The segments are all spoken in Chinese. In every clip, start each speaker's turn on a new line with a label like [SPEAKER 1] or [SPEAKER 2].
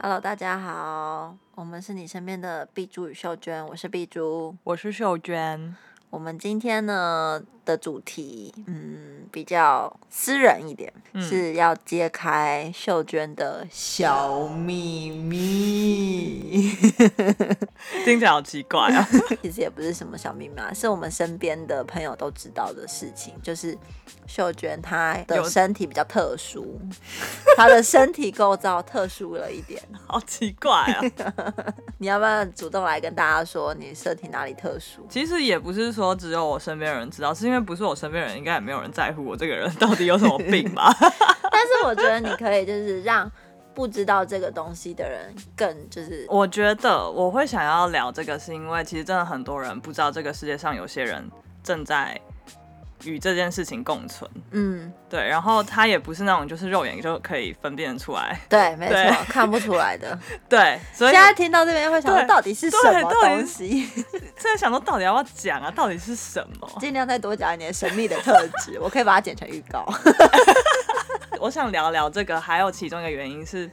[SPEAKER 1] Hello，大家好，我们是你身边的碧珠与秀娟，我是碧珠。
[SPEAKER 2] 我是秀娟，
[SPEAKER 1] 我们今天呢的主题，嗯，比较私人一点，是要揭开秀娟的小秘密。
[SPEAKER 2] 听起来好奇怪 啊。
[SPEAKER 1] 其实也不是什么小秘密啊，是我们身边的朋友都知道的事情。就是秀娟她的
[SPEAKER 2] 有
[SPEAKER 1] 身体比较特殊，她的身体构造特殊了一点。
[SPEAKER 2] 好奇怪 啊！
[SPEAKER 1] 你要不要主动来跟大家说你身体哪里特殊？
[SPEAKER 2] 其实也不是说只有我身边的人知道，是因为不是我身边的人，应该也没有人在乎我这个人到底有什么病吧？
[SPEAKER 1] 但是我觉得你可以就是让不知道这个东西的人更就是
[SPEAKER 2] 我觉得我会想要聊这个，是因为其实真的很多人不知道这个世界上有些人正在与这件事情共存。
[SPEAKER 1] 嗯，
[SPEAKER 2] 对，然后他也不是那种就是肉眼就可以分辨出来。
[SPEAKER 1] 对，没
[SPEAKER 2] 对
[SPEAKER 1] 错，看不出来 的。
[SPEAKER 2] 对，所以
[SPEAKER 1] 现在听到这边会想说
[SPEAKER 2] 对
[SPEAKER 1] 到底是
[SPEAKER 2] 对
[SPEAKER 1] 什么
[SPEAKER 2] 到底
[SPEAKER 1] 东西？
[SPEAKER 2] 现在想说到底要不要讲啊？到底是什么？
[SPEAKER 1] 尽量再多讲一点神秘的特质，我可以把它剪成预 告。
[SPEAKER 2] 我想聊聊这个，还有其中一个原因是，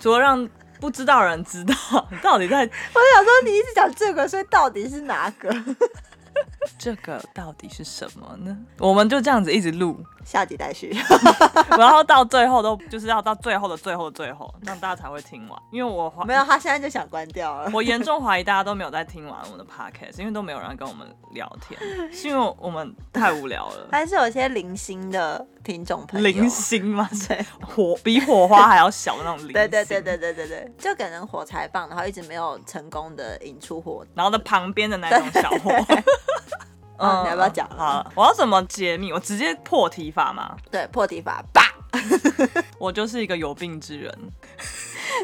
[SPEAKER 2] 除了让不知道的人知道 到底在
[SPEAKER 1] 我想说，你一直讲这个，所以到底是哪个？
[SPEAKER 2] 这个到底是什么呢？我们就这样子一直录，
[SPEAKER 1] 下集待续。
[SPEAKER 2] 然后到最后都就是要到最后的最后的最后，让大家才会听完。因为我 怀
[SPEAKER 1] 没有，他现在就想关掉了。
[SPEAKER 2] 我严重怀疑大家都没有在听完我们的 podcast，因为都没有人跟我们聊天，是因为我们太无聊了。
[SPEAKER 1] 还是有一些零星的听众朋友，
[SPEAKER 2] 零星吗？
[SPEAKER 1] 对
[SPEAKER 2] 火比火花还要小的那种零星。
[SPEAKER 1] 对对对对对对对，就可能火柴棒，然后一直没有成功的引出火。
[SPEAKER 2] 然后的旁边的那种小火。嗯
[SPEAKER 1] 啊你要不要讲
[SPEAKER 2] 好，嗯我要怎么解密？我直接破题法嘛。
[SPEAKER 1] 对，破题法吧。
[SPEAKER 2] 我就是一个有病之人，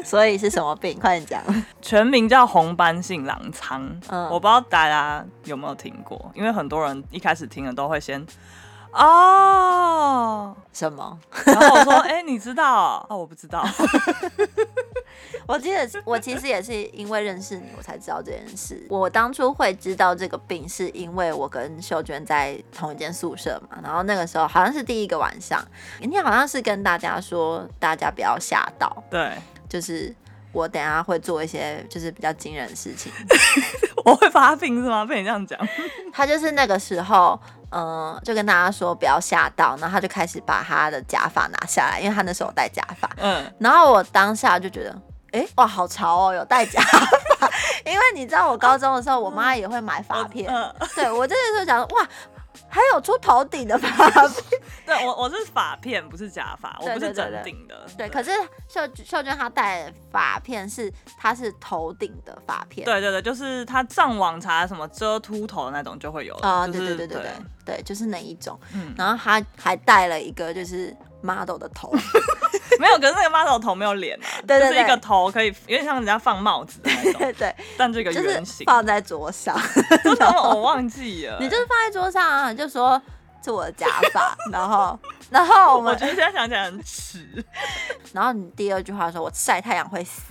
[SPEAKER 1] 所以是什么病？快点讲。
[SPEAKER 2] 全名叫红斑性狼疮。
[SPEAKER 1] 嗯
[SPEAKER 2] 我不知道大家有没有听过，因为很多人一开始听了都会先。哦，
[SPEAKER 1] 什么？
[SPEAKER 2] 然后我说，哎、你知道哦？哦，我不 知道。
[SPEAKER 1] 我记得我其实也是因为认识你，我才知道这件事。我当初会知道这个病，是因为我跟秀娟在同一间宿舍嘛，然后那个时候好像是第一个晚上，你好像是跟大家说，大家不要吓到，
[SPEAKER 2] 对，
[SPEAKER 1] 就是我等一下会做一些就是比较惊人的事情。
[SPEAKER 2] 我会发病是吗？被你这样讲，
[SPEAKER 1] 他就是那个时候，嗯、就跟大家说不要吓到，然后他就开始把他的假发拿下来，因为他那时候有戴假发。
[SPEAKER 2] 嗯，
[SPEAKER 1] 然后我当下就觉得，哎、哇，好潮哦，有戴假发。 因为你知道，我高中的时候，我妈也会买发片，
[SPEAKER 2] 嗯，
[SPEAKER 1] 对我这个时候想说，哇，还有出头顶的发 片。
[SPEAKER 2] 对我我是发片，不是假发，我
[SPEAKER 1] 对
[SPEAKER 2] 不是
[SPEAKER 1] 对对对
[SPEAKER 2] 整顶的。
[SPEAKER 1] 对，可是秀秀娟她戴的发片是，她是头顶的发片。
[SPEAKER 2] 对对对，就是他上网查什么遮秃头的那种就会有了
[SPEAKER 1] 啊、
[SPEAKER 2] 就
[SPEAKER 1] 对对
[SPEAKER 2] 是
[SPEAKER 1] 对对对对，就是那一种。
[SPEAKER 2] 嗯
[SPEAKER 1] 然后她还戴了一个就是 model 的头，
[SPEAKER 2] 没有，可是那个 model 头没有脸啊，
[SPEAKER 1] 对对对
[SPEAKER 2] 就是一个头可以有点像人家放帽子的那 种，
[SPEAKER 1] 对对，
[SPEAKER 2] 但这个
[SPEAKER 1] 就
[SPEAKER 2] 圆
[SPEAKER 1] 是
[SPEAKER 2] 形，
[SPEAKER 1] 放在桌上，
[SPEAKER 2] 真的吗我忘记了。
[SPEAKER 1] 你就是放在桌上啊，你就说这我的假发，然后然后我
[SPEAKER 2] 我
[SPEAKER 1] 们
[SPEAKER 2] 觉得现在想起来很耻
[SPEAKER 1] 然后你第二句话说“我晒太阳会死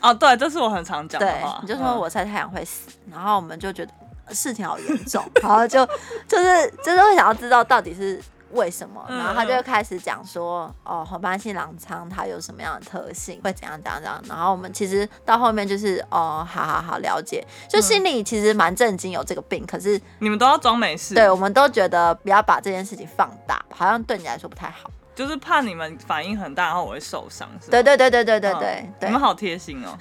[SPEAKER 2] 哦，对，这是我很常”，讲的
[SPEAKER 1] 对
[SPEAKER 2] 话，，嗯
[SPEAKER 1] 你就说“我晒太阳会死”，然后我们就觉得呃事情好严 重，然后就就是就是会想要知道到底是为什么，
[SPEAKER 2] 嗯
[SPEAKER 1] 然后他就会开始讲说哦，红斑性狼疮它有什么样的特性，会怎样怎样怎样，然后我们其实到后面就是哦，好好好了解，就心里其实蛮震惊有这个病，可是
[SPEAKER 2] 嗯你们都要装没事，
[SPEAKER 1] 对我们都觉得不要把这件事情放大，好像对你来说不太好。
[SPEAKER 2] 就是怕你们反应很大，然后我会受伤，是吗？
[SPEAKER 1] 对对对对对对
[SPEAKER 2] 嗯
[SPEAKER 1] 对
[SPEAKER 2] 你
[SPEAKER 1] 对，
[SPEAKER 2] 们好贴心 哦。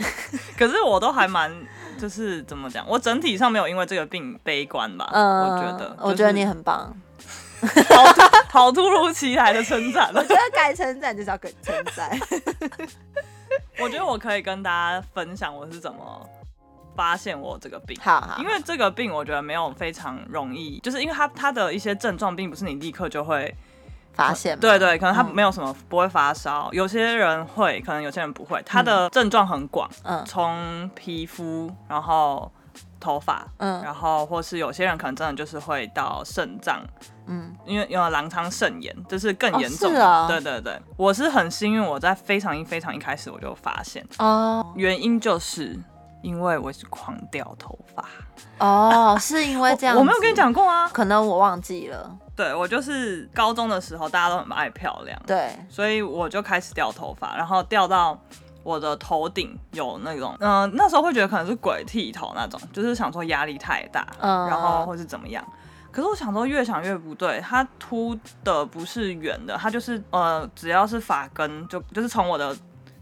[SPEAKER 2] 可是我都还蛮，就是怎么讲，我整体上没有因为这个病悲观吧，
[SPEAKER 1] 嗯，
[SPEAKER 2] 我觉得，
[SPEAKER 1] 我觉得 你很棒。
[SPEAKER 2] 就是好突好突如其来的称赞 了
[SPEAKER 1] 我。觉得该称赞就是要给称赞。
[SPEAKER 2] 我觉得我可以跟大家分享我是怎么发现我有这个病。
[SPEAKER 1] 好好，
[SPEAKER 2] 因为这个病，我觉得没有非常容易，就是因为它它的一些症状，并不是你立刻就会
[SPEAKER 1] 发现嘛
[SPEAKER 2] 对对，可能它
[SPEAKER 1] 嗯
[SPEAKER 2] 没有什么不会发烧，有些人会，可能有些人不会。它的症状很广，
[SPEAKER 1] 嗯
[SPEAKER 2] 从皮肤，然后头发，
[SPEAKER 1] 嗯
[SPEAKER 2] 然后或是有些人可能真的就是会到肾脏，
[SPEAKER 1] 嗯
[SPEAKER 2] 因为因为狼疮肾炎，这是更
[SPEAKER 1] 哦
[SPEAKER 2] 严重
[SPEAKER 1] 是
[SPEAKER 2] 的。
[SPEAKER 1] 啊
[SPEAKER 2] 对对对，我是很幸运，我在非常一非常一开始我就发现，
[SPEAKER 1] 哦
[SPEAKER 2] 原因就是因为我是狂掉头发。
[SPEAKER 1] 哦，是因为这样
[SPEAKER 2] 我，我没有跟你
[SPEAKER 1] 子，
[SPEAKER 2] 讲过啊。
[SPEAKER 1] 可能我忘记了。
[SPEAKER 2] 对我就是高中的时候，大家都很爱漂亮，
[SPEAKER 1] 对，
[SPEAKER 2] 所以我就开始掉头发，然后掉到我的头顶有那种，嗯、那时候会觉得可能是鬼剃头那种，就是想说压力太大，
[SPEAKER 1] 嗯
[SPEAKER 2] 然后或是怎么样。可是我想说，越想越不对，它秃的不是圆的，它就是呃，只要是发根就就是从我的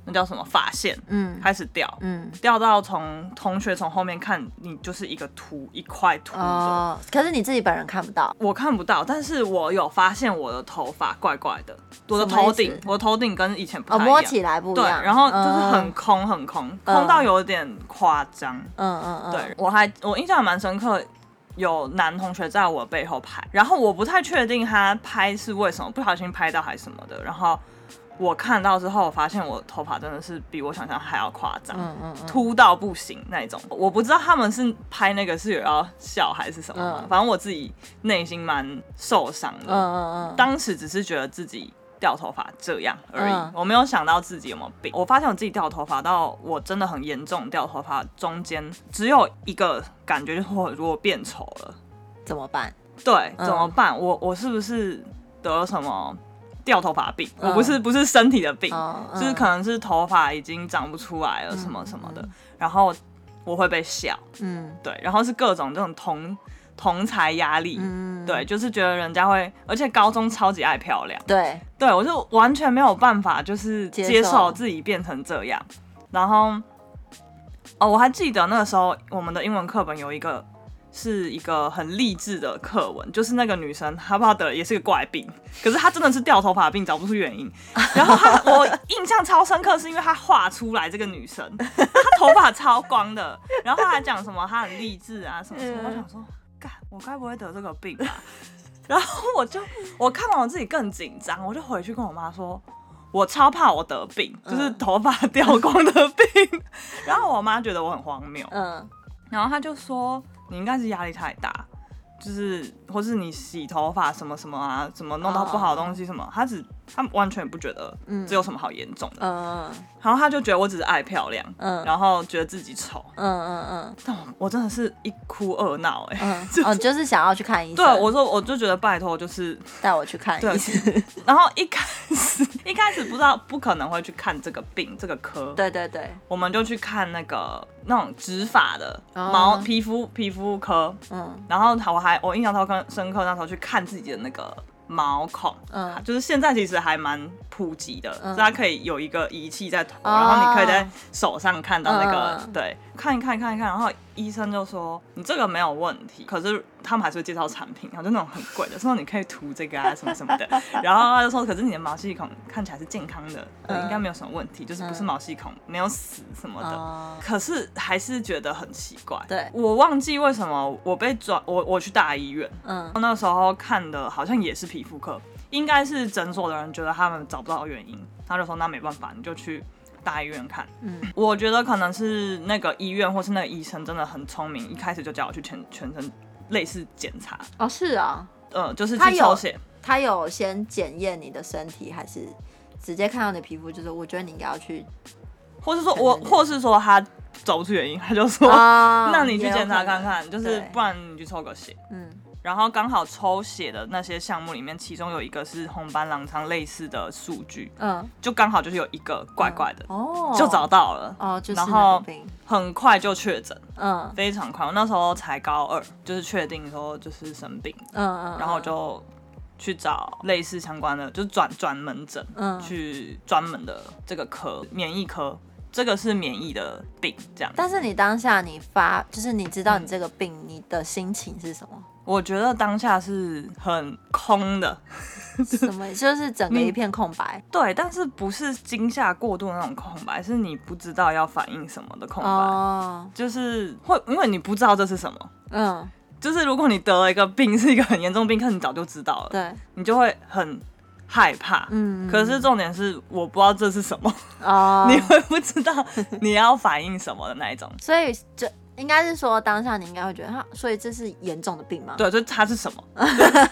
[SPEAKER 2] 那叫什么发线
[SPEAKER 1] 嗯
[SPEAKER 2] 开始掉，
[SPEAKER 1] 嗯
[SPEAKER 2] 掉到从同学从后面看你就是一个秃一块秃的。
[SPEAKER 1] 哦，可是你自己本人看不到，
[SPEAKER 2] 我看不到，但是我有发现我的头发怪怪的，我的头
[SPEAKER 1] 什么
[SPEAKER 2] 顶
[SPEAKER 1] 意，思
[SPEAKER 2] 我头顶跟以前不太
[SPEAKER 1] 哦，
[SPEAKER 2] 一样。
[SPEAKER 1] 摸起来不一
[SPEAKER 2] 对，
[SPEAKER 1] 样，
[SPEAKER 2] 然后就是很
[SPEAKER 1] 嗯
[SPEAKER 2] 空很空，
[SPEAKER 1] 嗯
[SPEAKER 2] 空到有点夸张。
[SPEAKER 1] 嗯嗯嗯，
[SPEAKER 2] 对，我还我印象蛮深刻，有男同学在我背后拍，然后我不太确定他拍是为什么，不小心拍到还是什么的。然后我看到之后，我发现我头发真的是比我想象还要夸张。
[SPEAKER 1] 嗯嗯嗯，
[SPEAKER 2] 秃到不行那种，我不知道他们是拍那个是有要笑还是什么，
[SPEAKER 1] 嗯
[SPEAKER 2] 反正我自己内心蛮受伤的。
[SPEAKER 1] 嗯嗯嗯，
[SPEAKER 2] 当时只是觉得自己掉头发这样而已，
[SPEAKER 1] 嗯
[SPEAKER 2] 我没有想到自己有没有病。我发现我自己掉头发到我真的很严重掉头发，中间只有一个感觉，就是我如果变丑了，
[SPEAKER 1] 怎么办？
[SPEAKER 2] 对，
[SPEAKER 1] 嗯
[SPEAKER 2] 怎么办？我我是不是得了什么掉头发病？
[SPEAKER 1] 嗯
[SPEAKER 2] 我不是不是身体的病，
[SPEAKER 1] 哦，嗯
[SPEAKER 2] 就是可能是头发已经长不出来了什么什么的，然后我会被笑，
[SPEAKER 1] 嗯
[SPEAKER 2] 对，然后是各种这种同同才压力。
[SPEAKER 1] 嗯，
[SPEAKER 2] 对，就是觉得人家会，而且高中超级爱漂亮，
[SPEAKER 1] 对，
[SPEAKER 2] 对我就完全没有办法，就是
[SPEAKER 1] 接
[SPEAKER 2] 接受
[SPEAKER 1] 受
[SPEAKER 2] 自己变成这样。然后，哦，我还记得那个时候我们的英文课本有一个是一个很励志的课文，就是那个女生她不知道得了也是个怪病，可是她真的是掉头发病，找不出原因。然后她我印象超深刻，是因为她画出来这个女生，她头发超光的，然后她还讲什么她很励志啊什么什么，我想说，干，我该不会得这个病吧？然后我就我看完我自己更紧张，我就回去跟我妈说，我超怕我得病，就是
[SPEAKER 1] 嗯
[SPEAKER 2] 头发 掉光的病。 然后我妈觉得我很荒谬，
[SPEAKER 1] 嗯
[SPEAKER 2] 然后她就说你应该是压力太大，就是或是你洗头发什么什么啊，怎么弄到不好的东西什么，她只她完全不觉得
[SPEAKER 1] 哦嗯
[SPEAKER 2] 这有什么好严重的。
[SPEAKER 1] 嗯
[SPEAKER 2] 然后她就觉得我只是爱漂亮，
[SPEAKER 1] 嗯
[SPEAKER 2] 然后觉得自己丑，
[SPEAKER 1] 嗯嗯嗯
[SPEAKER 2] 但我我真的是一哭二闹哎、欸
[SPEAKER 1] 嗯，哦，就是想要去看医生，
[SPEAKER 2] 对，啊我说我就觉得拜托就是
[SPEAKER 1] 带我去看
[SPEAKER 2] 对
[SPEAKER 1] 医生，
[SPEAKER 2] 然后一开始 一开始不知道不可能会去看这个病这个科，
[SPEAKER 1] 对对对，
[SPEAKER 2] 我们就去看那个那种植发的
[SPEAKER 1] 哦
[SPEAKER 2] 毛、皮肤皮肤科，
[SPEAKER 1] 嗯
[SPEAKER 2] 然后我还我印象超深刻，那时候去看自己的那个毛孔，
[SPEAKER 1] 嗯
[SPEAKER 2] 就是现在其实还蛮普及的，
[SPEAKER 1] 嗯
[SPEAKER 2] 是它可以有一个仪器在头，
[SPEAKER 1] 哦
[SPEAKER 2] 然后你可以在手上看到那个，
[SPEAKER 1] 嗯
[SPEAKER 2] 对，看一看看一看，然后医生就说你这个没有问题，可是他们还是会介绍产品，然后就那种很贵的，说你可以涂这个啊什么什么 的，然后他就说可是你的毛细孔看起来是健康的，对
[SPEAKER 1] 嗯
[SPEAKER 2] 应该没有什么问题，就是不是
[SPEAKER 1] 嗯
[SPEAKER 2] 毛细孔没有死什么的。
[SPEAKER 1] 哦，
[SPEAKER 2] 可是还是觉得很奇怪，
[SPEAKER 1] 对
[SPEAKER 2] 我忘记为什么我被转，我我去大医院，
[SPEAKER 1] 嗯
[SPEAKER 2] 那时候看的好像也是皮肤科，应该是诊所的人觉得他们找不到原因，他就说那没办法，你就去大医院看。
[SPEAKER 1] 嗯
[SPEAKER 2] 我觉得可能是那个医院或是那个医生真的很聪明，一开始就叫我去全全身类似检查，
[SPEAKER 1] 哦是啊，
[SPEAKER 2] 呃，就是
[SPEAKER 1] 他
[SPEAKER 2] 去
[SPEAKER 1] 有
[SPEAKER 2] 抽血。
[SPEAKER 1] 他有先检验你的身体，还是直接看到你的皮肤？就是我觉得你应该要去
[SPEAKER 2] 或是说我，
[SPEAKER 1] 可能
[SPEAKER 2] 或是说他找不出原因，他就说，
[SPEAKER 1] 嗯啊
[SPEAKER 2] 哦 那你去检查看，看，就是
[SPEAKER 1] 对
[SPEAKER 2] 不然你去抽个血。
[SPEAKER 1] 也有可能嗯
[SPEAKER 2] 然后刚好抽血的那些项目里面，其中有一个是红斑狼疮类似的数据，
[SPEAKER 1] 嗯，
[SPEAKER 2] 就刚好就是有一个怪怪的，
[SPEAKER 1] 哦，
[SPEAKER 2] 就找到了，
[SPEAKER 1] 哦，就是
[SPEAKER 2] 然
[SPEAKER 1] 那
[SPEAKER 2] 后
[SPEAKER 1] 个病，
[SPEAKER 2] 很快就确诊，
[SPEAKER 1] 嗯
[SPEAKER 2] 非常快。我那时候才高二，就是确定说就是生病，
[SPEAKER 1] 嗯嗯，
[SPEAKER 2] 然后就去找类似相关的，就是转转门诊，
[SPEAKER 1] 嗯
[SPEAKER 2] 去专门的这个科，免疫科，这个是免疫的病，这样。
[SPEAKER 1] 但是你当下你发，就是你知道你这个病，你的心情是什 么？
[SPEAKER 2] 我觉得当下是很空的，
[SPEAKER 1] 什么？就是整个一片空白。
[SPEAKER 2] 对，但是不是惊吓过度的那种空白，是你不知道要反应什么的 空白，
[SPEAKER 1] 哦，
[SPEAKER 2] 就是会因为你不知道这是什么。
[SPEAKER 1] 嗯，
[SPEAKER 2] 就是如果你得了一个病，是一个很严重的病，可是你早就知道了，
[SPEAKER 1] 对，
[SPEAKER 2] 你就会很害怕。
[SPEAKER 1] 嗯，
[SPEAKER 2] 可是重点是，我不知道这是什么，
[SPEAKER 1] 哦，
[SPEAKER 2] 你会不知道你要反应什么的那 一种。
[SPEAKER 1] 所以就应该是说当下你应该会觉得，啊所以这是严重的病吗？，
[SPEAKER 2] 对，就它是什 么，就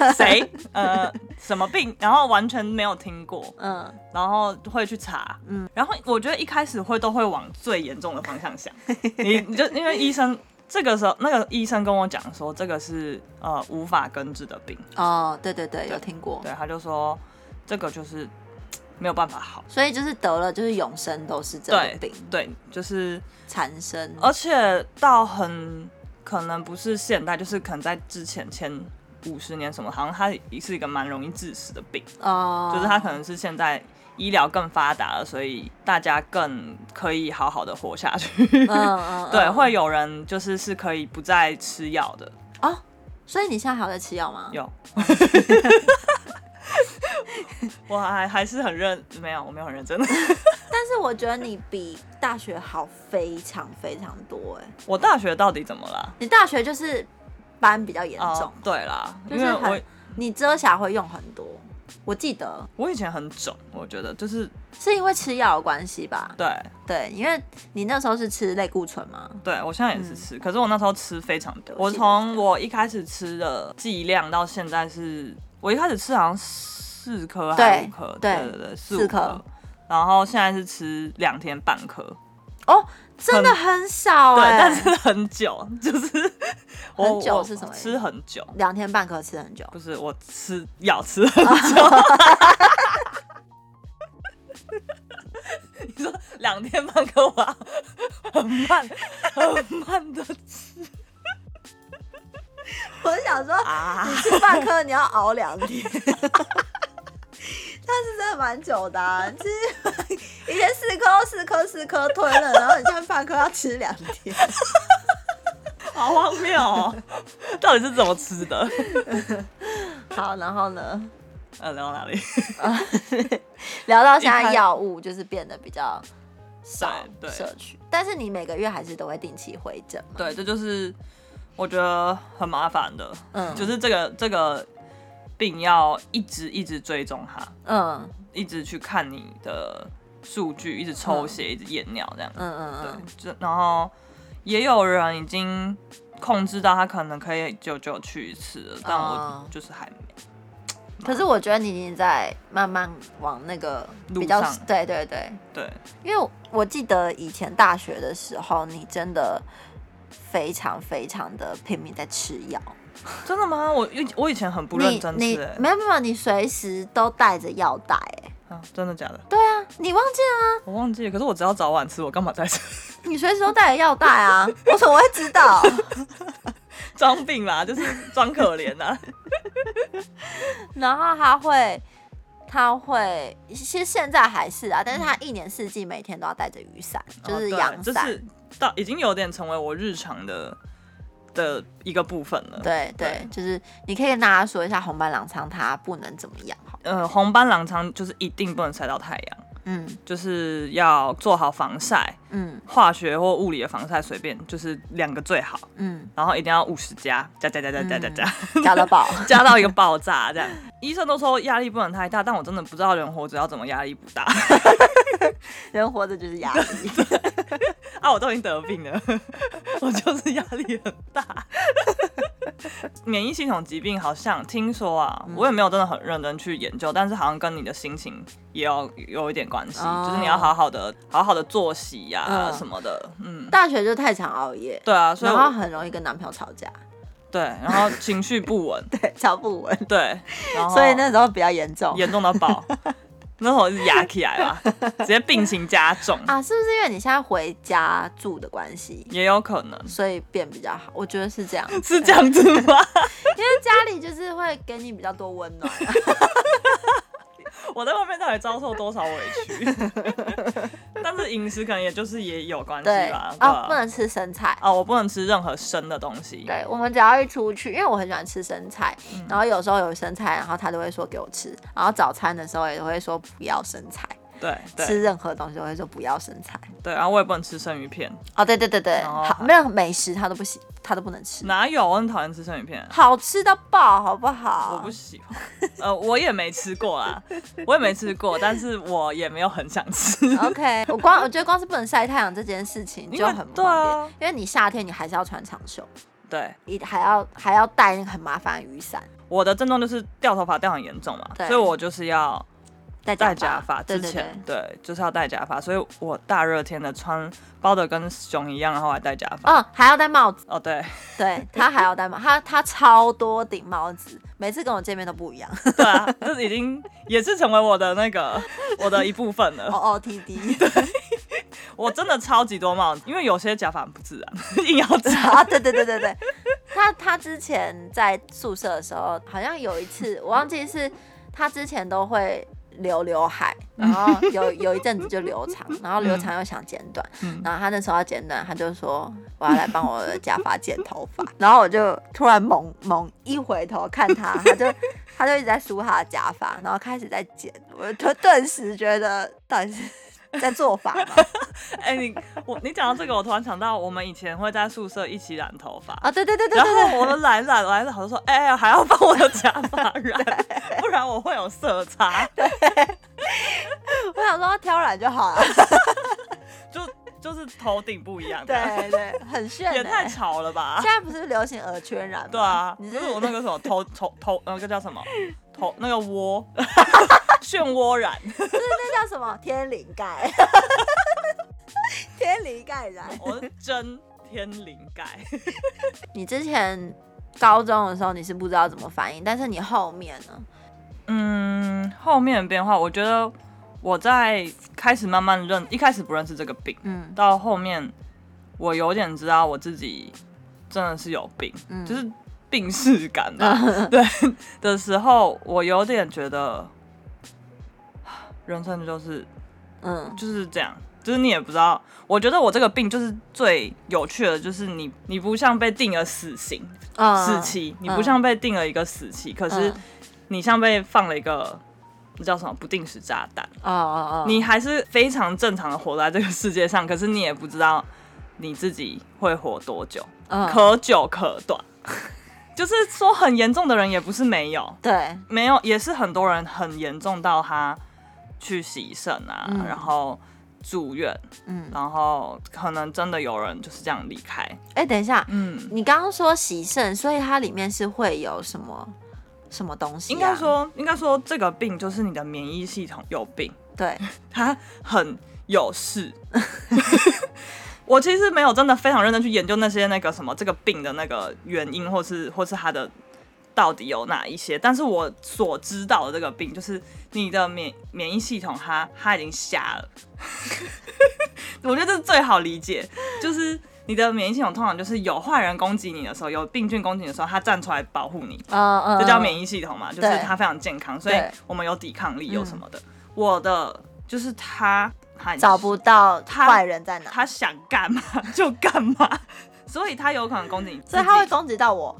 [SPEAKER 2] 是谁，呃，什么病，然后完全没有听过，
[SPEAKER 1] 嗯，
[SPEAKER 2] 然后会去查，嗯，然后我觉得一开始会都会往最严重的方向想，你你就因为医生这个时候，那个医生跟我讲说，这个是呃无法根治的病，
[SPEAKER 1] 哦，对对对，有听过，
[SPEAKER 2] 对，他就说这个就是没有办法好。
[SPEAKER 1] 所以就是得了，就是永生都是这个病
[SPEAKER 2] 对，哦就是
[SPEAKER 1] 缠身。
[SPEAKER 2] 而且到很可能不是现代，就是可能在之前前五十年什么，好像它是一个蛮容易致死的病，
[SPEAKER 1] 哦，
[SPEAKER 2] 就是它可能是现在医疗更发达了，所以大家更可以好好的活下去。
[SPEAKER 1] 嗯嗯，
[SPEAKER 2] 对，
[SPEAKER 1] 嗯
[SPEAKER 2] 会有人就是是可以不再吃药的，
[SPEAKER 1] 哦。所以你现在还有在吃药吗？
[SPEAKER 2] 有。 我还还是很认，没有，我没有很认真。
[SPEAKER 1] 但是我觉得你比大学好非常非常多哎、
[SPEAKER 2] 我大学到底怎么了？
[SPEAKER 1] 你大学就是班比较严重，
[SPEAKER 2] 哦，对啦，
[SPEAKER 1] 就
[SPEAKER 2] 因
[SPEAKER 1] 是
[SPEAKER 2] 为
[SPEAKER 1] 很
[SPEAKER 2] 我
[SPEAKER 1] 你遮瑕会用很多。我记得
[SPEAKER 2] 我以前很肿，我觉得就是
[SPEAKER 1] 是因为吃药的关系吧？
[SPEAKER 2] 对
[SPEAKER 1] 对，因为你那时候是吃类固醇吗？
[SPEAKER 2] 对，我现在也
[SPEAKER 1] 嗯
[SPEAKER 2] 是吃，可是我那时候吃非常
[SPEAKER 1] 对
[SPEAKER 2] 多，
[SPEAKER 1] 我
[SPEAKER 2] 我
[SPEAKER 1] 记得
[SPEAKER 2] 从我一开始吃的剂量到现在是，我一开始吃好像四颗还
[SPEAKER 1] 对
[SPEAKER 2] 是五颗，
[SPEAKER 1] 对
[SPEAKER 2] 对对对，四
[SPEAKER 1] 四颗
[SPEAKER 2] 五颗，然后现在是吃两天半颗，
[SPEAKER 1] 哦，真的很少
[SPEAKER 2] 对，
[SPEAKER 1] 哎、
[SPEAKER 2] 但是很久，就是 我
[SPEAKER 1] 很久
[SPEAKER 2] 我
[SPEAKER 1] 是什么意思
[SPEAKER 2] 吃很久，
[SPEAKER 1] 两天半可吃很 久。
[SPEAKER 2] 不是我吃药吃 很久。 你说两天半颗我很慢很慢的吃
[SPEAKER 1] 我是想说，
[SPEAKER 2] 啊
[SPEAKER 1] 你，吃半颗你要熬两天， 但是真的蛮久的、啊。你吃以前四颗四颗四颗吞了，然后你现在半颗要吃两天。
[SPEAKER 2] 好荒谬哦！ 到底是怎么吃的？
[SPEAKER 1] 好，然后呢？
[SPEAKER 2] 呃，聊到哪里？
[SPEAKER 1] 聊到现
[SPEAKER 2] 一
[SPEAKER 1] 在
[SPEAKER 2] 开
[SPEAKER 1] 药物就是变得比较少
[SPEAKER 2] 对对
[SPEAKER 1] 摄取，但是你每个月还是都会定期回诊嘛？
[SPEAKER 2] 对，这就是我觉得很麻烦的，
[SPEAKER 1] 嗯
[SPEAKER 2] 就是这个这个病要一直一直追踪它，
[SPEAKER 1] 嗯
[SPEAKER 2] 一直去看你的数据，一直抽血，一直验尿这样。
[SPEAKER 1] 嗯嗯
[SPEAKER 2] 对
[SPEAKER 1] 嗯，，
[SPEAKER 2] 就然后也有人已经控制到他可能可以久久去一次了，但
[SPEAKER 1] 哦
[SPEAKER 2] 我就是还没。
[SPEAKER 1] 可是我觉得你已经在慢慢往那个比较
[SPEAKER 2] 路上
[SPEAKER 1] 对对对，
[SPEAKER 2] 对，
[SPEAKER 1] 因为我记得以前大学的时候，你真的非常非常的拼命在吃药，
[SPEAKER 2] 真的吗？我以我以前很不认
[SPEAKER 1] 你
[SPEAKER 2] 真
[SPEAKER 1] 你
[SPEAKER 2] 吃、欸，
[SPEAKER 1] 没有没有，你随时都带着药袋、欸，
[SPEAKER 2] 啊，真的假的？
[SPEAKER 1] 对啊，你忘记了
[SPEAKER 2] 我忘记了。可是我只要早晚吃，我干嘛再吃？
[SPEAKER 1] 吗？你随时都带着药袋 啊，我怎么会知道？
[SPEAKER 2] 装病啦，就是装可怜啊 呐、
[SPEAKER 1] 然后他会，他会，其实现在还是啊，但是他一年四季每天都要带着雨伞，就是
[SPEAKER 2] 哦对
[SPEAKER 1] 阳伞，
[SPEAKER 2] 就是到已经有点成为我日常的的一个部分了。，
[SPEAKER 1] 对对，就是你可以跟大家说一下红斑狼疮它不能怎么样，好，
[SPEAKER 2] 呃，红斑狼疮就是一定不能晒到太阳，
[SPEAKER 1] 嗯
[SPEAKER 2] 就是要做好防晒，
[SPEAKER 1] 嗯
[SPEAKER 2] 化学或物理的防晒随便，就是两个最好，
[SPEAKER 1] 嗯，
[SPEAKER 2] 然后一定要五十加，加加加加加加加，
[SPEAKER 1] 加到爆，
[SPEAKER 2] 加到一个爆炸这样。医生都说压力不能太大，但我真的不知道人活着要怎么压力不大
[SPEAKER 1] 人活着就是压力。
[SPEAKER 2] 啊！我都已经得病了，我就是压力很大。 免疫系统疾病好像听说啊，我也没有真的很认真去研究，但是好像跟你的心情也要有一点关系，
[SPEAKER 1] 哦
[SPEAKER 2] 就是你要好好的、好好的作息呀、
[SPEAKER 1] 嗯
[SPEAKER 2] 什么的，嗯。
[SPEAKER 1] 大学就太常熬夜，
[SPEAKER 2] 对啊，所以
[SPEAKER 1] 然后
[SPEAKER 2] 我
[SPEAKER 1] 很容易跟男朋友吵架，
[SPEAKER 2] 对，然后情绪不稳，
[SPEAKER 1] 对，吵不稳，
[SPEAKER 2] 对，然后
[SPEAKER 1] 所以那时候比较严重。
[SPEAKER 2] 严重到爆，那时候是压起来吧，直接病情加重，
[SPEAKER 1] 啊，是不是因为你现在回家住的关系，
[SPEAKER 2] 也有可能
[SPEAKER 1] 所以变比较好？我觉得是这 样，因
[SPEAKER 2] 是这样子吗？
[SPEAKER 1] 为家里就是会给你比较多温暖。
[SPEAKER 2] 我在外面到底遭受多少委屈？ 但是饮食可能也就是也有关系
[SPEAKER 1] 对
[SPEAKER 2] 吧，
[SPEAKER 1] 啊、
[SPEAKER 2] 对吧
[SPEAKER 1] 不能吃生菜。
[SPEAKER 2] 啊，我不能吃任何生的东西，
[SPEAKER 1] 对，我们只要一出去，因为我很喜欢吃生菜，
[SPEAKER 2] 嗯
[SPEAKER 1] 然后有时候有生菜，然后他都会说给我吃，然后早餐的时候也都会说不要生菜，
[SPEAKER 2] 对对
[SPEAKER 1] 吃任何东西都会说不要生菜。
[SPEAKER 2] 对，然后我也不能吃生鱼片，
[SPEAKER 1] 哦，对对对对，
[SPEAKER 2] 哦
[SPEAKER 1] 好，没有美食他都不行，他都不能吃，
[SPEAKER 2] 哪有？我很讨厌吃生鱼片。
[SPEAKER 1] 好吃到爆，好不好？
[SPEAKER 2] 我不喜欢，呃，我也没吃过啦，我也没吃过，但是我也没有很想吃。
[SPEAKER 1] OK，我光我觉得光是不能晒太阳这件事情
[SPEAKER 2] 因为
[SPEAKER 1] 就很不
[SPEAKER 2] 对
[SPEAKER 1] 方
[SPEAKER 2] 啊
[SPEAKER 1] 便，因为你夏天你还是要穿长袖，
[SPEAKER 2] 对，
[SPEAKER 1] 你还要还要带那个很麻烦的雨伞。
[SPEAKER 2] 我的症状就是掉头发掉很严重嘛，
[SPEAKER 1] 对
[SPEAKER 2] 所以我就是要
[SPEAKER 1] 戴
[SPEAKER 2] 戴假
[SPEAKER 1] 假
[SPEAKER 2] 发之前，
[SPEAKER 1] 对对
[SPEAKER 2] 就是要戴假发，所以我大热天的穿包的跟熊一样，然后还戴假发。
[SPEAKER 1] 对，哦，还要戴帽子，
[SPEAKER 2] 哦，对，
[SPEAKER 1] 对他还要戴帽，他他超多顶帽子，每次跟我见面都不一 样。
[SPEAKER 2] 对啊，这已经也是成为我的那个 我的一部分了。
[SPEAKER 1] O O 哦 T D
[SPEAKER 2] 我真的超级多帽子，因为有些假发很不自然， 硬要 扎。
[SPEAKER 1] 啊，对对对对对，他他之前在宿舍的时候，好像有一次我忘记是他之前都会。留刘海，然后有有一阵子就留长，然后留长又想剪短，
[SPEAKER 2] 嗯
[SPEAKER 1] 然后他那时候要剪短，他就说我要来帮我的假发剪头发， 然后我就突然猛猛一回头看他，他就他就一直在梳他的假发，然后开始在剪，我就顿时觉得到底是在做法吗？
[SPEAKER 2] 哎、你我你讲到这个，我突然想到，我们以前会在宿舍一起染头发。
[SPEAKER 1] 啊，对对对对
[SPEAKER 2] 然
[SPEAKER 1] 对
[SPEAKER 2] 后
[SPEAKER 1] 对，
[SPEAKER 2] 我们染染染染，好像说，哎、呀，还要帮我的假发 染，不然我会有色差。
[SPEAKER 1] 我想说挑染就好了。
[SPEAKER 2] 就就是头顶不一样。， 啊
[SPEAKER 1] 对对，很炫、欸。
[SPEAKER 2] 也太吵了吧
[SPEAKER 1] 现？在不是流行耳圈染吗？
[SPEAKER 2] 对啊，
[SPEAKER 1] 你
[SPEAKER 2] 就是是我那个什么头头头那个叫什么头那 个窝漩涡染，
[SPEAKER 1] 那叫什么天灵 盖？天灵盖染。
[SPEAKER 2] 我是真天灵盖。
[SPEAKER 1] 你之前高中的时候你是不知道怎么反应，但是你后面呢？
[SPEAKER 2] 嗯，后面的变化，我觉得我在开始慢慢认，一开始不认识这个病，
[SPEAKER 1] 嗯
[SPEAKER 2] 到后面我有点知道我自己真的是有病，
[SPEAKER 1] 嗯
[SPEAKER 2] 就是病逝感吧。 对的时候，我有点觉得 人生就是
[SPEAKER 1] 嗯
[SPEAKER 2] 就是这样，就是你也不知道。我觉得我这个病就是最有趣的，就是你你不像被定了死刑、
[SPEAKER 1] 嗯
[SPEAKER 2] 死期，你不
[SPEAKER 1] 嗯
[SPEAKER 2] 像被定了一个死期，可是
[SPEAKER 1] 嗯
[SPEAKER 2] 你像被放了一个。那叫什么不定时炸弹？
[SPEAKER 1] 哦哦哦，
[SPEAKER 2] 你还是非常正常的活在这个世界上，可是你也不知道你自己会活多久，
[SPEAKER 1] 嗯
[SPEAKER 2] 可久可短。 就是说，很严重的人也不是没有，
[SPEAKER 1] 对
[SPEAKER 2] 没有，也是很多人很严重到他去洗肾啊，
[SPEAKER 1] 嗯
[SPEAKER 2] 然后住院，
[SPEAKER 1] 嗯
[SPEAKER 2] 然后可能真的有人就是这样离开。
[SPEAKER 1] 哎、等一下，
[SPEAKER 2] 嗯，
[SPEAKER 1] 你刚刚说洗肾，所以它里面是会有什么什么东西啊、
[SPEAKER 2] 应该说，应该说这个病就是你的免疫系统有病，
[SPEAKER 1] 对，
[SPEAKER 2] 它很有事。我其实没有真的非常认真去研究那些那个什么这个病的那个原因，或是或是它的到底有哪一些。但是我所知道的这个病，就是你的免免疫系统它它已经瞎了。 我觉得这是最好理解，就是你的免疫系统通常就是有坏人攻击你的时候，有病菌攻击你的时候，它站出来保护你。
[SPEAKER 1] 嗯嗯，
[SPEAKER 2] 这叫免
[SPEAKER 1] 疫。
[SPEAKER 2] 疫系统嘛，就是
[SPEAKER 1] 对
[SPEAKER 2] 它非常健康，所以
[SPEAKER 1] 对嗯
[SPEAKER 2] 我们有抵抗力，有什么的。我的就是他，他
[SPEAKER 1] 找不到
[SPEAKER 2] 它
[SPEAKER 1] 坏人在哪，
[SPEAKER 2] 他想干嘛 就干嘛，所以他有可能攻击你自己，
[SPEAKER 1] 所以他会攻击到我。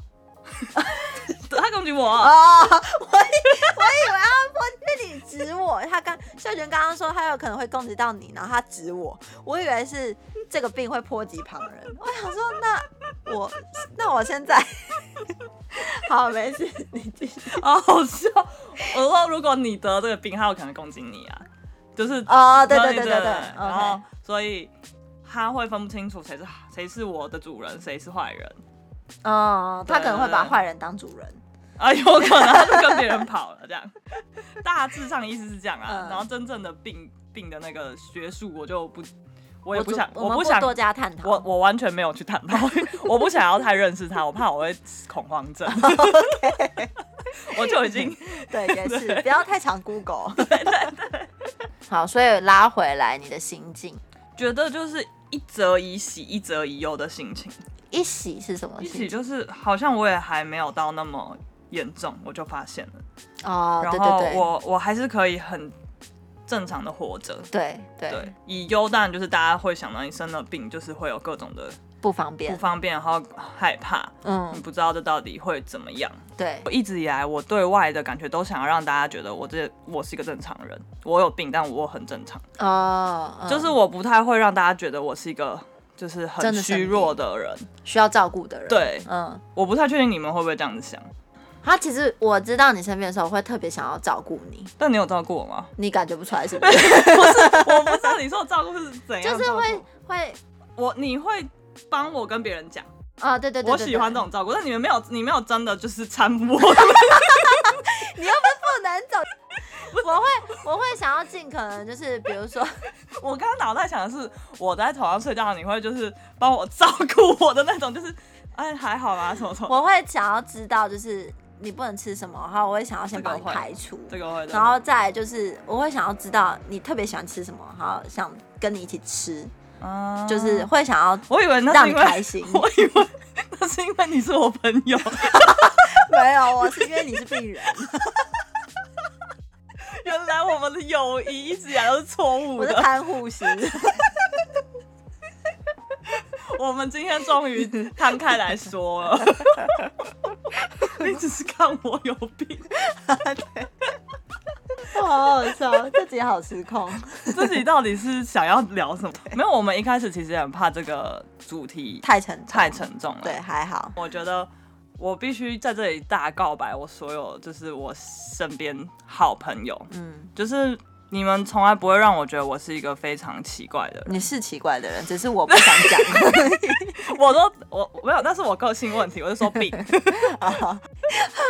[SPEAKER 2] 他攻击我，
[SPEAKER 1] 哦，我以我以为他说那你指我，他刚秀娟刚刚说他有可能会攻击到你，然后他指我，我以为是这个病会波及旁人，我想说那我那我现在 好没事，你继续
[SPEAKER 2] 好哦好笑。我说如果你得这个病，他有可能攻击你啊，就是
[SPEAKER 1] 哦，对对
[SPEAKER 2] 对哦
[SPEAKER 1] 对对对
[SPEAKER 2] 然后
[SPEAKER 1] ，OK，
[SPEAKER 2] 所以他会分不清楚谁是谁是我的主人，谁是坏人
[SPEAKER 1] 哦，他可能会把
[SPEAKER 2] 对对对
[SPEAKER 1] 坏人当主人，
[SPEAKER 2] 啊，有可能他就跟别人跑了这样。大致上意思是这样啊，
[SPEAKER 1] 嗯
[SPEAKER 2] 然后真正的病病的那个学术我就不，我也不
[SPEAKER 1] 主
[SPEAKER 2] 想，
[SPEAKER 1] 我们
[SPEAKER 2] 不想
[SPEAKER 1] 多加探讨，
[SPEAKER 2] 我我完全没有去探讨， 我不想要太认识他，我怕我会恐慌 症。
[SPEAKER 1] 哦
[SPEAKER 2] 我就已经
[SPEAKER 1] 对，也是不要太常 Google，对对对，好，所以拉回来你的心境，
[SPEAKER 2] 觉得就是一则以喜，一则以忧的心情。
[SPEAKER 1] 一喜是什么
[SPEAKER 2] 一
[SPEAKER 1] 心
[SPEAKER 2] 喜
[SPEAKER 1] 情？
[SPEAKER 2] 就是好像我也还没有到那么严重，我就发现了。
[SPEAKER 1] 哦，
[SPEAKER 2] 然
[SPEAKER 1] 对
[SPEAKER 2] 后
[SPEAKER 1] 对对，
[SPEAKER 2] 我我还是可以很正常的活着。
[SPEAKER 1] 对对
[SPEAKER 2] 对，以忧当然就是大家会想到你生了病，就是会有各种的
[SPEAKER 1] 不方
[SPEAKER 2] 不
[SPEAKER 1] 便。
[SPEAKER 2] 方便，然后害怕，你
[SPEAKER 1] 嗯，
[SPEAKER 2] 不知道这到底会怎么样。
[SPEAKER 1] 对
[SPEAKER 2] 我一直以来，我对外的感觉都想要让大家觉得我这我是一个正常人，我有病，但我很正常，
[SPEAKER 1] 哦，嗯
[SPEAKER 2] 就是我不太会让大家觉得我是一个就是很
[SPEAKER 1] 真的生
[SPEAKER 2] 虚
[SPEAKER 1] 病
[SPEAKER 2] 弱的人。
[SPEAKER 1] 需要照顾的人。，
[SPEAKER 2] 对，
[SPEAKER 1] 嗯，
[SPEAKER 2] 我不太确定你们会不会这样子想，
[SPEAKER 1] 他其实我知道你生病的时候，我会特别想要照顾你，
[SPEAKER 2] 但你有照顾我吗？
[SPEAKER 1] 你感觉不出来是不是？
[SPEAKER 2] 我不知道你说的照顾是怎样
[SPEAKER 1] 就
[SPEAKER 2] 的
[SPEAKER 1] 是
[SPEAKER 2] 照顾，
[SPEAKER 1] 会会
[SPEAKER 2] 我你会帮我跟别人讲。
[SPEAKER 1] 啊，对对对，
[SPEAKER 2] 我
[SPEAKER 1] 对
[SPEAKER 2] 喜欢这，种照顾，但你们没有，你没有真的就是搀扶我。
[SPEAKER 1] 对你又不是不能走。我会我会想要尽可能就是比如说，
[SPEAKER 2] 我刚刚脑袋想的是，我在床上睡觉，你会就是帮我照顾我的那种，就是哎还好啦，什么什么，
[SPEAKER 1] 我会想要知道就是你不能吃什么，然后我会想要先
[SPEAKER 2] 这个
[SPEAKER 1] 帮你
[SPEAKER 2] 会
[SPEAKER 1] 排除，
[SPEAKER 2] 这个会的。
[SPEAKER 1] 然后再来就是我会想要知道你特别喜欢吃什么，然后想跟你一起吃，
[SPEAKER 2] 嗯
[SPEAKER 1] 就是会想 要
[SPEAKER 2] 我以为那
[SPEAKER 1] 让
[SPEAKER 2] 是
[SPEAKER 1] 你
[SPEAKER 2] 因为
[SPEAKER 1] 开心
[SPEAKER 2] 我以为那是因为你是我朋友，
[SPEAKER 1] 没有，我是因为你是病人，
[SPEAKER 2] 原来我们的友谊一直以来都是错误
[SPEAKER 1] 我是
[SPEAKER 2] 的。
[SPEAKER 1] 看护师，
[SPEAKER 2] 我们今天终于摊开来说 了，你只是看我有病，
[SPEAKER 1] 好好笑，自己好失控。
[SPEAKER 2] 自己到底是想要聊什么？没有，我们一开始其实很怕这个主题
[SPEAKER 1] 太沉重
[SPEAKER 2] 太沉重了。
[SPEAKER 1] 对，，还好。
[SPEAKER 2] 我觉得我必须在这里大告白，我所有就是我身边好朋友，
[SPEAKER 1] 嗯，
[SPEAKER 2] 就是你们从来不会让我觉得我是一个非常奇怪的人。
[SPEAKER 1] 你是奇怪的人，只是我不想讲。
[SPEAKER 2] 我都我我没有，那是我个性问题，我就说病，
[SPEAKER 1] 好啦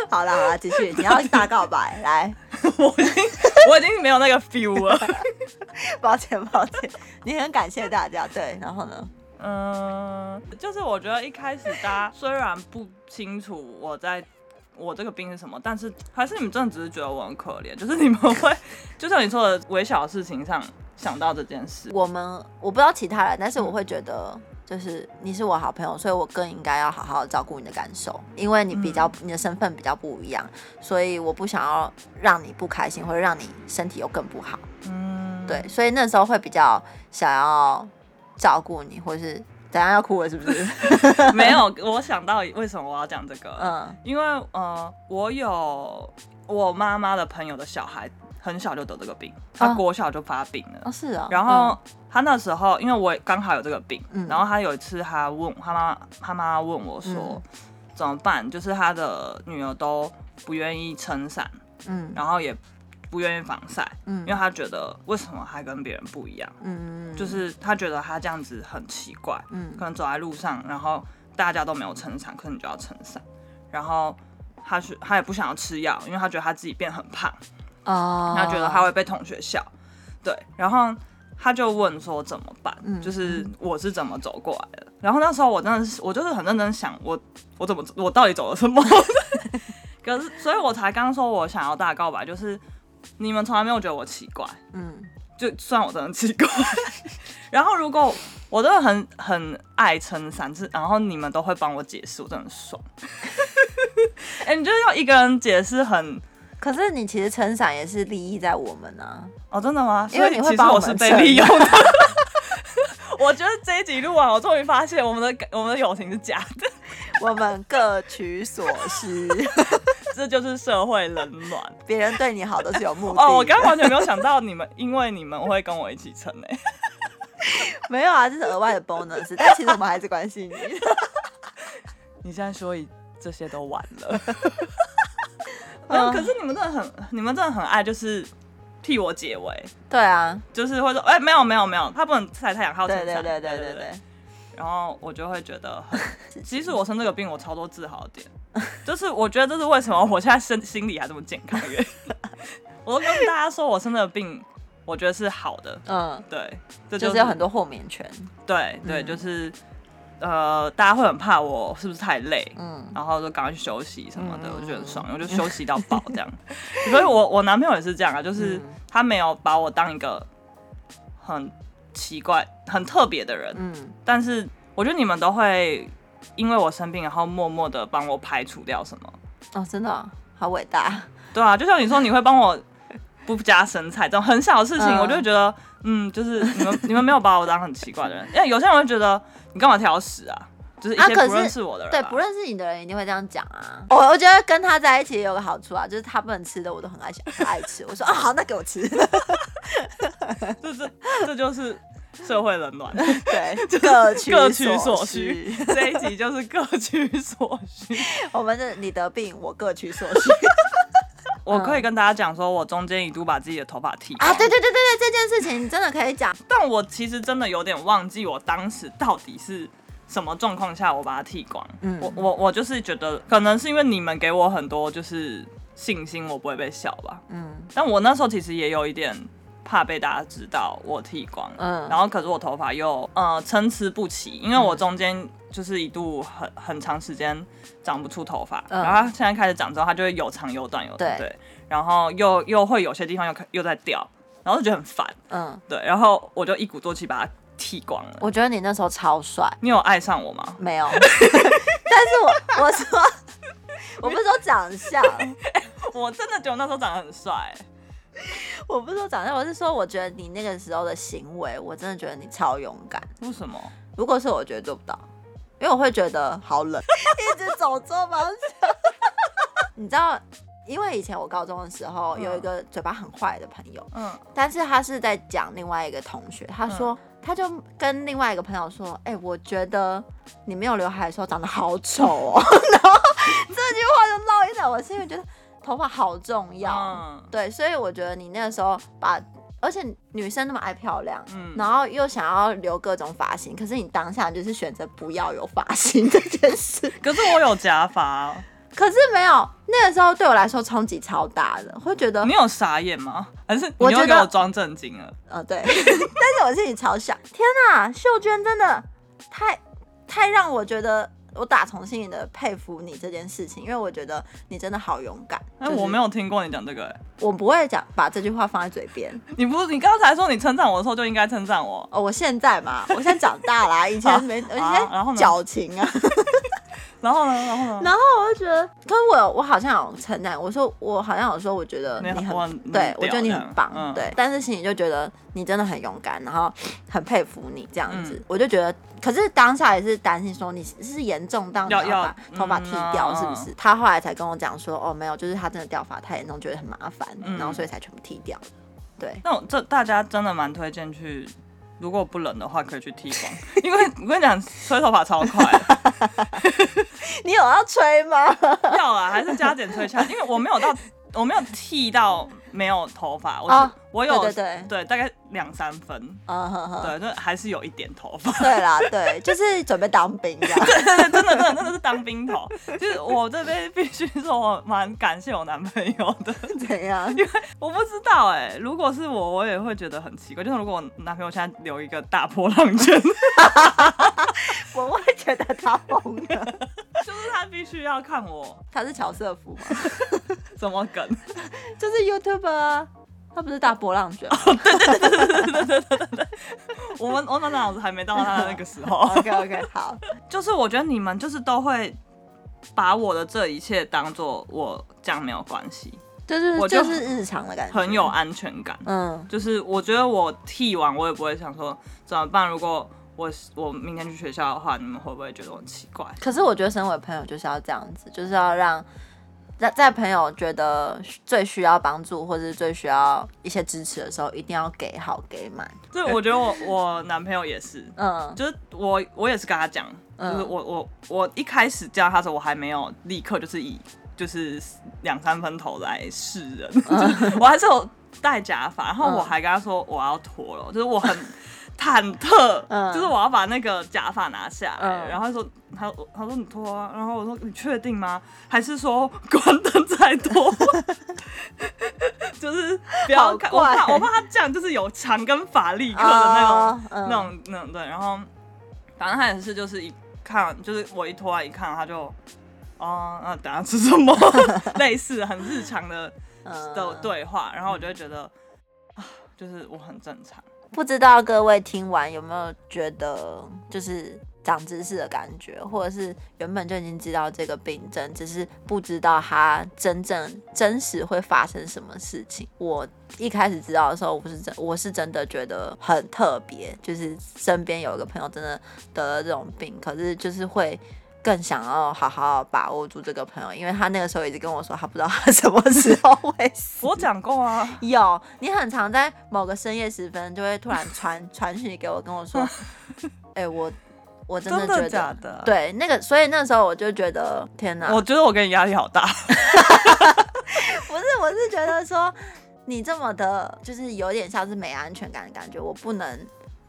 [SPEAKER 1] 好啦，继续，你要大告白，来，
[SPEAKER 2] 我已经我已经没有那个 feel 了。
[SPEAKER 1] 抱歉抱歉，你很感谢大家。对，然后呢？
[SPEAKER 2] 嗯，就是我觉得一开始大家虽然不清楚我在我这个病是什么，但是还是你们真的只是觉得我很可怜，就是你们会 就像你说的微小的事情上想到这件事。
[SPEAKER 1] 我们我不知道其他人，但是我会觉得，就是你是我好朋友，所以我更应该要好好照顾你的感受，因为你比较、你的身份比较不一样，所以我不想要让你不开心，或者让你身体又更不好。
[SPEAKER 2] 嗯，
[SPEAKER 1] 对，所以那时候会比较想要照顾你，或是怎样要哭了是不 是？
[SPEAKER 2] 没有，我想到为什么我要讲这个，
[SPEAKER 1] 嗯
[SPEAKER 2] 因为呃，我有我妈妈的朋友的小孩很小就得这个病，他
[SPEAKER 1] 啊
[SPEAKER 2] 国小就发病了，
[SPEAKER 1] 哦，是啊。
[SPEAKER 2] 然后他那时候，因为我刚好有这个病，
[SPEAKER 1] 嗯
[SPEAKER 2] 然后他有一次他问他妈他妈问我
[SPEAKER 1] 嗯
[SPEAKER 2] 说、怎么办，就是他的女儿都不愿意撑伞，
[SPEAKER 1] 嗯，
[SPEAKER 2] 然后也不愿意防晒，
[SPEAKER 1] 嗯
[SPEAKER 2] 因为他觉得为什么他跟别人不一样，
[SPEAKER 1] 嗯嗯，
[SPEAKER 2] 就是他觉得他这样子很奇怪，
[SPEAKER 1] 嗯
[SPEAKER 2] 可能走在路上，然后大家都没有撑伞，可是你就要撑伞，然后。他是他也不想要吃药，因为他觉得他自己变很胖，
[SPEAKER 1] 哦，
[SPEAKER 2] 他觉得他会被同学笑，对，然后他就问说怎么办，
[SPEAKER 1] 嗯
[SPEAKER 2] 就是我是怎么走过来的。然后那时候我真的是，我就是很认真想我我怎么我到底走了什 么，可是所以我才刚说我想要大告白，就是你们从来没有觉得我奇怪，
[SPEAKER 1] 嗯
[SPEAKER 2] 就虽然我真的奇怪， 然后如果我真的很很爱撑伞，是然后你们都会帮我解释，我真的很爽。 哎、你就是要一个人解释很
[SPEAKER 1] 可是你其实撑伞也是利益在我们啊，
[SPEAKER 2] 哦，真的吗？
[SPEAKER 1] 因为
[SPEAKER 2] 所以
[SPEAKER 1] 你会
[SPEAKER 2] 其实
[SPEAKER 1] 帮我
[SPEAKER 2] 我
[SPEAKER 1] 们
[SPEAKER 2] 是被
[SPEAKER 1] 撑
[SPEAKER 2] 利 用的。 我觉得这一集录完，我终于发现我们的我们的友情是假的，
[SPEAKER 1] 我们各取所需，
[SPEAKER 2] 这就是社会冷暖。
[SPEAKER 1] 别人对你好都是有目的的。
[SPEAKER 2] 哦，我刚刚完全没有想到你们，因为你们会跟我一起撑诶、欸
[SPEAKER 1] 没有啊，这是额外的 bonus，但其实我们还是关心你。
[SPEAKER 2] 你现在说一这些都晚了， 没有。可是你们真的很，你们真的很爱，就是替我解围，
[SPEAKER 1] 对啊，
[SPEAKER 2] 就是会说，哎、没有没有没有，他不能晒太阳，他要撑
[SPEAKER 1] 对对
[SPEAKER 2] 伞
[SPEAKER 1] 对对对对，
[SPEAKER 2] 然后我就会觉得 很，即使我生这个病，我超多自豪点，就是我觉得这是为什么我现在身心理还这么健康的 原因。我都跟大家说我生这个病，我觉得是好的，
[SPEAKER 1] 嗯，
[SPEAKER 2] 对，这
[SPEAKER 1] 就是是有很多豁免权，
[SPEAKER 2] 对对，
[SPEAKER 1] 嗯
[SPEAKER 2] 就是呃，大家会很怕我是不是太累，
[SPEAKER 1] 嗯，
[SPEAKER 2] 然后就赶快去休息什么的，
[SPEAKER 1] 嗯
[SPEAKER 2] 我就觉得很爽，我就休息到爆这样。所以我我男朋友也是这样啊，就是
[SPEAKER 1] 嗯
[SPEAKER 2] 他没有把我当一个很奇怪、很特别的人，
[SPEAKER 1] 嗯，
[SPEAKER 2] 但是我觉得你们都会因为我生病，然后默默的帮我排除掉什么。
[SPEAKER 1] 哦，真的哦、好伟大，
[SPEAKER 2] 对啊，就像你说，你会帮我不加生菜这种很小的事情，
[SPEAKER 1] 嗯
[SPEAKER 2] 我就会觉得，嗯，就是你们你们没有把我当很奇怪的人，因为有些人会觉得你干嘛挑食啊，就是一
[SPEAKER 1] 啊
[SPEAKER 2] 些
[SPEAKER 1] 可是
[SPEAKER 2] 不认识我的人吧、
[SPEAKER 1] 对，不认识你的人一定会这样讲啊。我我觉得跟他在一起也有个好处啊，就是他不能吃的我都很爱想很爱吃，我说啊好，那给我吃，
[SPEAKER 2] 这这这就是社会冷暖。
[SPEAKER 1] 对，各取
[SPEAKER 2] 各取所需
[SPEAKER 1] 需，，
[SPEAKER 2] 这一集就是各取所需。
[SPEAKER 1] 我们是你得病，我各取所需
[SPEAKER 2] 我可以跟大家讲说，我中间一度把自己的头发剃
[SPEAKER 1] 嗯啊，
[SPEAKER 2] 光
[SPEAKER 1] 对对对对对，这件事情你真的可以讲，
[SPEAKER 2] 但我其实真的有点忘记我当时到底是什么状况下我把它剃光。
[SPEAKER 1] 嗯
[SPEAKER 2] 我我我就是觉得，可能是因为你们给我很多就是信心我不会被笑吧。
[SPEAKER 1] 嗯
[SPEAKER 2] 但我那时候其实也有一点怕被大家知道我剃光了，
[SPEAKER 1] 嗯
[SPEAKER 2] 然后可是我头发又呃参差不齐，因为我中间就是一度很很长时间长不出头发，
[SPEAKER 1] 嗯
[SPEAKER 2] 然后它现在开始长之后，它就会有长有短有短，
[SPEAKER 1] 对
[SPEAKER 2] 对，然后又又会有些地方又又在掉，然后就觉得很烦，
[SPEAKER 1] 嗯，
[SPEAKER 2] 对，然后我就一鼓作气把它剃光了。
[SPEAKER 1] 我觉得你那时候超帅，
[SPEAKER 2] 你有爱上我吗？
[SPEAKER 1] 没有， 但是我我说我不是说长相，
[SPEAKER 2] 我真的觉得我那时候长得很帅、
[SPEAKER 1] 我不是说长相，我是说我觉得你那个时候的行为，我真的觉得你超勇敢。
[SPEAKER 2] 为什么？
[SPEAKER 1] 如果是我，我觉得做不到，因为我会觉得好冷， 一直走错方向。你知道，因为以前我高中的时候
[SPEAKER 2] 嗯
[SPEAKER 1] 有一个嘴巴很坏的朋友，
[SPEAKER 2] 嗯
[SPEAKER 1] 但是他是在讲另外一个同学，他说、他就跟另外一个朋友说：“哎、我觉得你没有刘海的时候长得好丑哦。” 然后这句话就烙印在我心里，觉得头发好重要。
[SPEAKER 2] 嗯
[SPEAKER 1] 对，所以我觉得你那个时候把，而且女生那么爱漂亮，
[SPEAKER 2] 嗯
[SPEAKER 1] 然后又想要留各种发型，可是你当下就是选择不要有发型这件事。
[SPEAKER 2] 可是我有假发，啊
[SPEAKER 1] 可是没有，那个时候对我来说冲击超大的，会觉得
[SPEAKER 2] 你，有傻眼吗？还是你
[SPEAKER 1] 我
[SPEAKER 2] 又
[SPEAKER 1] 觉
[SPEAKER 2] 给
[SPEAKER 1] 得
[SPEAKER 2] 我装正经了？
[SPEAKER 1] 呃，对， 但是我自己超想，天哪，秀娟真的太太让我觉得。我打从心里的佩服你这件事情，因为我觉得你真的好勇敢。
[SPEAKER 2] 哎、
[SPEAKER 1] 就是
[SPEAKER 2] 我没有听过你讲这个、哎，
[SPEAKER 1] 我不会讲把这句话放在嘴边。
[SPEAKER 2] 你不，你刚才说你称赞我的时候就应该称赞我。
[SPEAKER 1] 哦，我现在 嘛，我现在长大啦、以前没，以
[SPEAKER 2] 哦好然后
[SPEAKER 1] 前
[SPEAKER 2] 呢
[SPEAKER 1] 矫情 啊。
[SPEAKER 2] 然 后呢，然后呢？
[SPEAKER 1] 然后我就觉得，可是我有我好像有承担，我说我好像有说，我觉得
[SPEAKER 2] 你
[SPEAKER 1] 你
[SPEAKER 2] 很我很
[SPEAKER 1] 很，对
[SPEAKER 2] 屌
[SPEAKER 1] 我觉得你很棒
[SPEAKER 2] 这，样嗯
[SPEAKER 1] 对，但是心里就觉得你真的很勇敢，然后很佩服你这样子，
[SPEAKER 2] 嗯
[SPEAKER 1] 我就觉得，可是当下也是担心说你是是严重到你
[SPEAKER 2] 要
[SPEAKER 1] 把
[SPEAKER 2] 要
[SPEAKER 1] 头发
[SPEAKER 2] 嗯
[SPEAKER 1] 剃掉
[SPEAKER 2] 嗯
[SPEAKER 1] 是不是？他后来才跟我讲说，哦没有，就是他真的掉发太严重，觉得很麻烦，
[SPEAKER 2] 嗯
[SPEAKER 1] 然后所以才全部剃掉的，对，
[SPEAKER 2] 那我这大家真的蛮推荐去，如果不冷的话可以去剃光， 因为我跟你讲，吹头发超快 的，
[SPEAKER 1] 你有要吹 吗？
[SPEAKER 2] 要啊，还是加减吹下，因为我没有到，我没有剃到没有头发，我是、
[SPEAKER 1] 哦
[SPEAKER 2] 我有
[SPEAKER 1] 对对对
[SPEAKER 2] 大概两三分，
[SPEAKER 1] 嗯哼哼，
[SPEAKER 2] 对，那还是有一点头发。
[SPEAKER 1] 对啦，对，就是准备当兵这样，
[SPEAKER 2] 真的真的真的真的是当兵头，就是我这边必须说，我蛮感谢我男朋友的。
[SPEAKER 1] 怎样？
[SPEAKER 2] 我不知道哎、如果是我，我也会觉得很奇怪。就是如果我男朋友现在留一个大波浪卷，
[SPEAKER 1] 我会觉得他疯了。
[SPEAKER 2] 就是他必须要看我
[SPEAKER 1] 他是乔瑟夫吗？
[SPEAKER 2] 怎么梗。
[SPEAKER 1] 就是 YouTube 啊，他不是大波浪卷 吗
[SPEAKER 2] 我们我满脑子还没到他那个时候，
[SPEAKER 1] ？OK OK，好，
[SPEAKER 2] 就是我觉得你们就是都会把我的这一切当做我这样没有关系，
[SPEAKER 1] 就是
[SPEAKER 2] 我
[SPEAKER 1] 就啊
[SPEAKER 2] 就是
[SPEAKER 1] 日常的感觉，
[SPEAKER 2] 很有安全感。
[SPEAKER 1] 嗯
[SPEAKER 2] 就是我觉得我剃完，我也不会想说怎么办。如果我我明天去学校的话，你们会不会觉得我很奇怪？
[SPEAKER 1] 可是我觉得身为朋友就是要这样子，就是要让在在朋友觉得最需要帮助或者最需要一些支持的时候，一定要给好给满。
[SPEAKER 2] 这我觉得我我男朋友也是，
[SPEAKER 1] 嗯
[SPEAKER 2] 就是我我也是跟他讲，
[SPEAKER 1] 嗯
[SPEAKER 2] 就是我我我一开始叫他的时候，我还没有立刻就是以就是两三分头来示人，就是我还是有戴假发，然后
[SPEAKER 1] 嗯
[SPEAKER 2] 我还跟他说我要脱了，就是 我很忐忑，
[SPEAKER 1] 嗯
[SPEAKER 2] 就是我要把那个假发拿下来，
[SPEAKER 1] 嗯
[SPEAKER 2] 然后他说他他说你脱啊，然后我说你确定吗？还是说关灯再 脱？就是不要看，
[SPEAKER 1] 好
[SPEAKER 2] 我
[SPEAKER 1] 怪
[SPEAKER 2] 怕我怕他这样就是有长跟法力克的那种。
[SPEAKER 1] 哦嗯
[SPEAKER 2] 那种那种对，然后反正他也是就是一看就是我一啊脱来一看他就。哦，那等下吃什 么？类似很日常的
[SPEAKER 1] 嗯
[SPEAKER 2] 的对话，然后我就会觉得，啊，就是我很正常。
[SPEAKER 1] 不知道各位听完有没有觉得就是长知识的感觉，或者是原本就已经知道这个病症，只是不知道它真正真实会发生什么事情。我一开始知道的时候，我是真我是真的觉得很特别，就是身边有一个朋友真的得了这种病，可是就是会。更想要好好把握住这个朋友，因为他那个时候一直跟我说，他不知道他什么时候会死。
[SPEAKER 2] 我讲过啊，
[SPEAKER 1] 有，你很常在某个深夜时分就会突然传传讯息给我，跟我 说，哎、我我真的
[SPEAKER 2] 真
[SPEAKER 1] 觉得
[SPEAKER 2] 的假的？，
[SPEAKER 1] 对啊那个，所以那时候我就觉得天哪，
[SPEAKER 2] 我觉得我给你压力好 大。
[SPEAKER 1] 不是，我是觉得说你这么的，就是有点像是没安全感的感觉，我不能，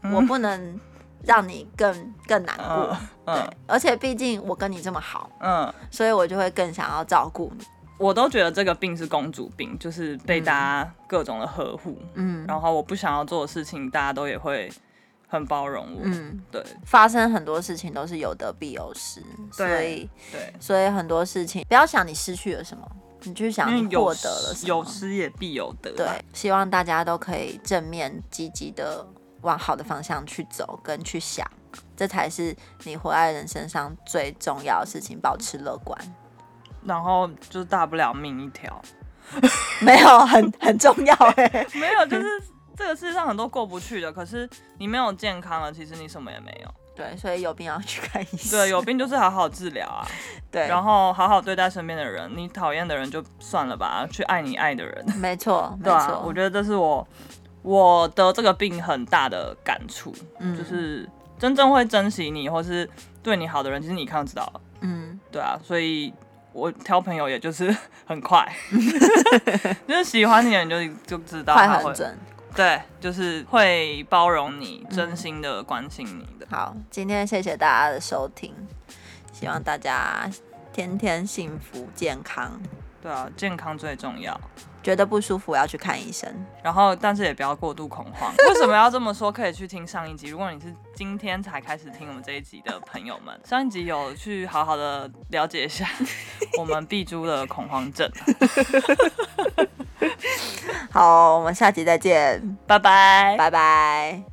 [SPEAKER 1] 我
[SPEAKER 2] 嗯
[SPEAKER 1] 不能让你更更难过。
[SPEAKER 2] 嗯
[SPEAKER 1] 对
[SPEAKER 2] 嗯，
[SPEAKER 1] 而且毕竟我跟你这么好，
[SPEAKER 2] 嗯，
[SPEAKER 1] 所以我就会更想要照顾你。
[SPEAKER 2] 我都觉得这个病是公主病，就是被大家各种的呵护，
[SPEAKER 1] 嗯
[SPEAKER 2] 然后我不想要做的事情，大家都也会很包容我。
[SPEAKER 1] 嗯，
[SPEAKER 2] 对
[SPEAKER 1] 发生很多事情都是有得必有失，所以
[SPEAKER 2] 对对，
[SPEAKER 1] 所以很多事情不要想你失去了什么，你去想
[SPEAKER 2] 因
[SPEAKER 1] 你
[SPEAKER 2] 为有
[SPEAKER 1] 获得了
[SPEAKER 2] 失
[SPEAKER 1] 什
[SPEAKER 2] 嗯有
[SPEAKER 1] 么。
[SPEAKER 2] 失也必有得。啊
[SPEAKER 1] 对，，希望大家都可以正面积极的往好的方向去走，跟去想，这才是你活在人生上最重要的事情。保持乐观，
[SPEAKER 2] 然后就是大不了命一条。
[SPEAKER 1] 没有很 很重要哎、
[SPEAKER 2] 没有，就是这个世界上很多过不去的，可是你没有健康了，其实你什么也没有。
[SPEAKER 1] 对，所以有病要去看医生。
[SPEAKER 2] 对，有病就是好好治疗啊，
[SPEAKER 1] 对，
[SPEAKER 2] 然后好好 对待身边的人，你讨厌的人就算了吧，去爱你爱的人。
[SPEAKER 1] 没错，没
[SPEAKER 2] 对啊，
[SPEAKER 1] 错
[SPEAKER 2] 我，觉得这是我我得这个病很大的感触，
[SPEAKER 1] 嗯
[SPEAKER 2] 就是真正会珍惜你或是对你好的人，其实你看就知道了。
[SPEAKER 1] 嗯，
[SPEAKER 2] 对啊，所以。我挑朋友也就是 很快，就是喜欢你的人就就知道
[SPEAKER 1] 快
[SPEAKER 2] 他会
[SPEAKER 1] 很准。
[SPEAKER 2] 对，就是会包容你，真心的关心你的。
[SPEAKER 1] 好，今天谢谢大家的收听，希望大家天天幸福健康。
[SPEAKER 2] 对啊，健康最重要。
[SPEAKER 1] 觉得不舒服要去看医生。
[SPEAKER 2] 然后，但是也不要过度恐 慌。为什么要这么说？可以去听上一集。如果你是今天才开始听我们这一集的朋友们，上一集有去好好的了解一下 我们碧珠的恐慌症。
[SPEAKER 1] 好，我们下集再见，
[SPEAKER 2] 拜拜。
[SPEAKER 1] 拜拜。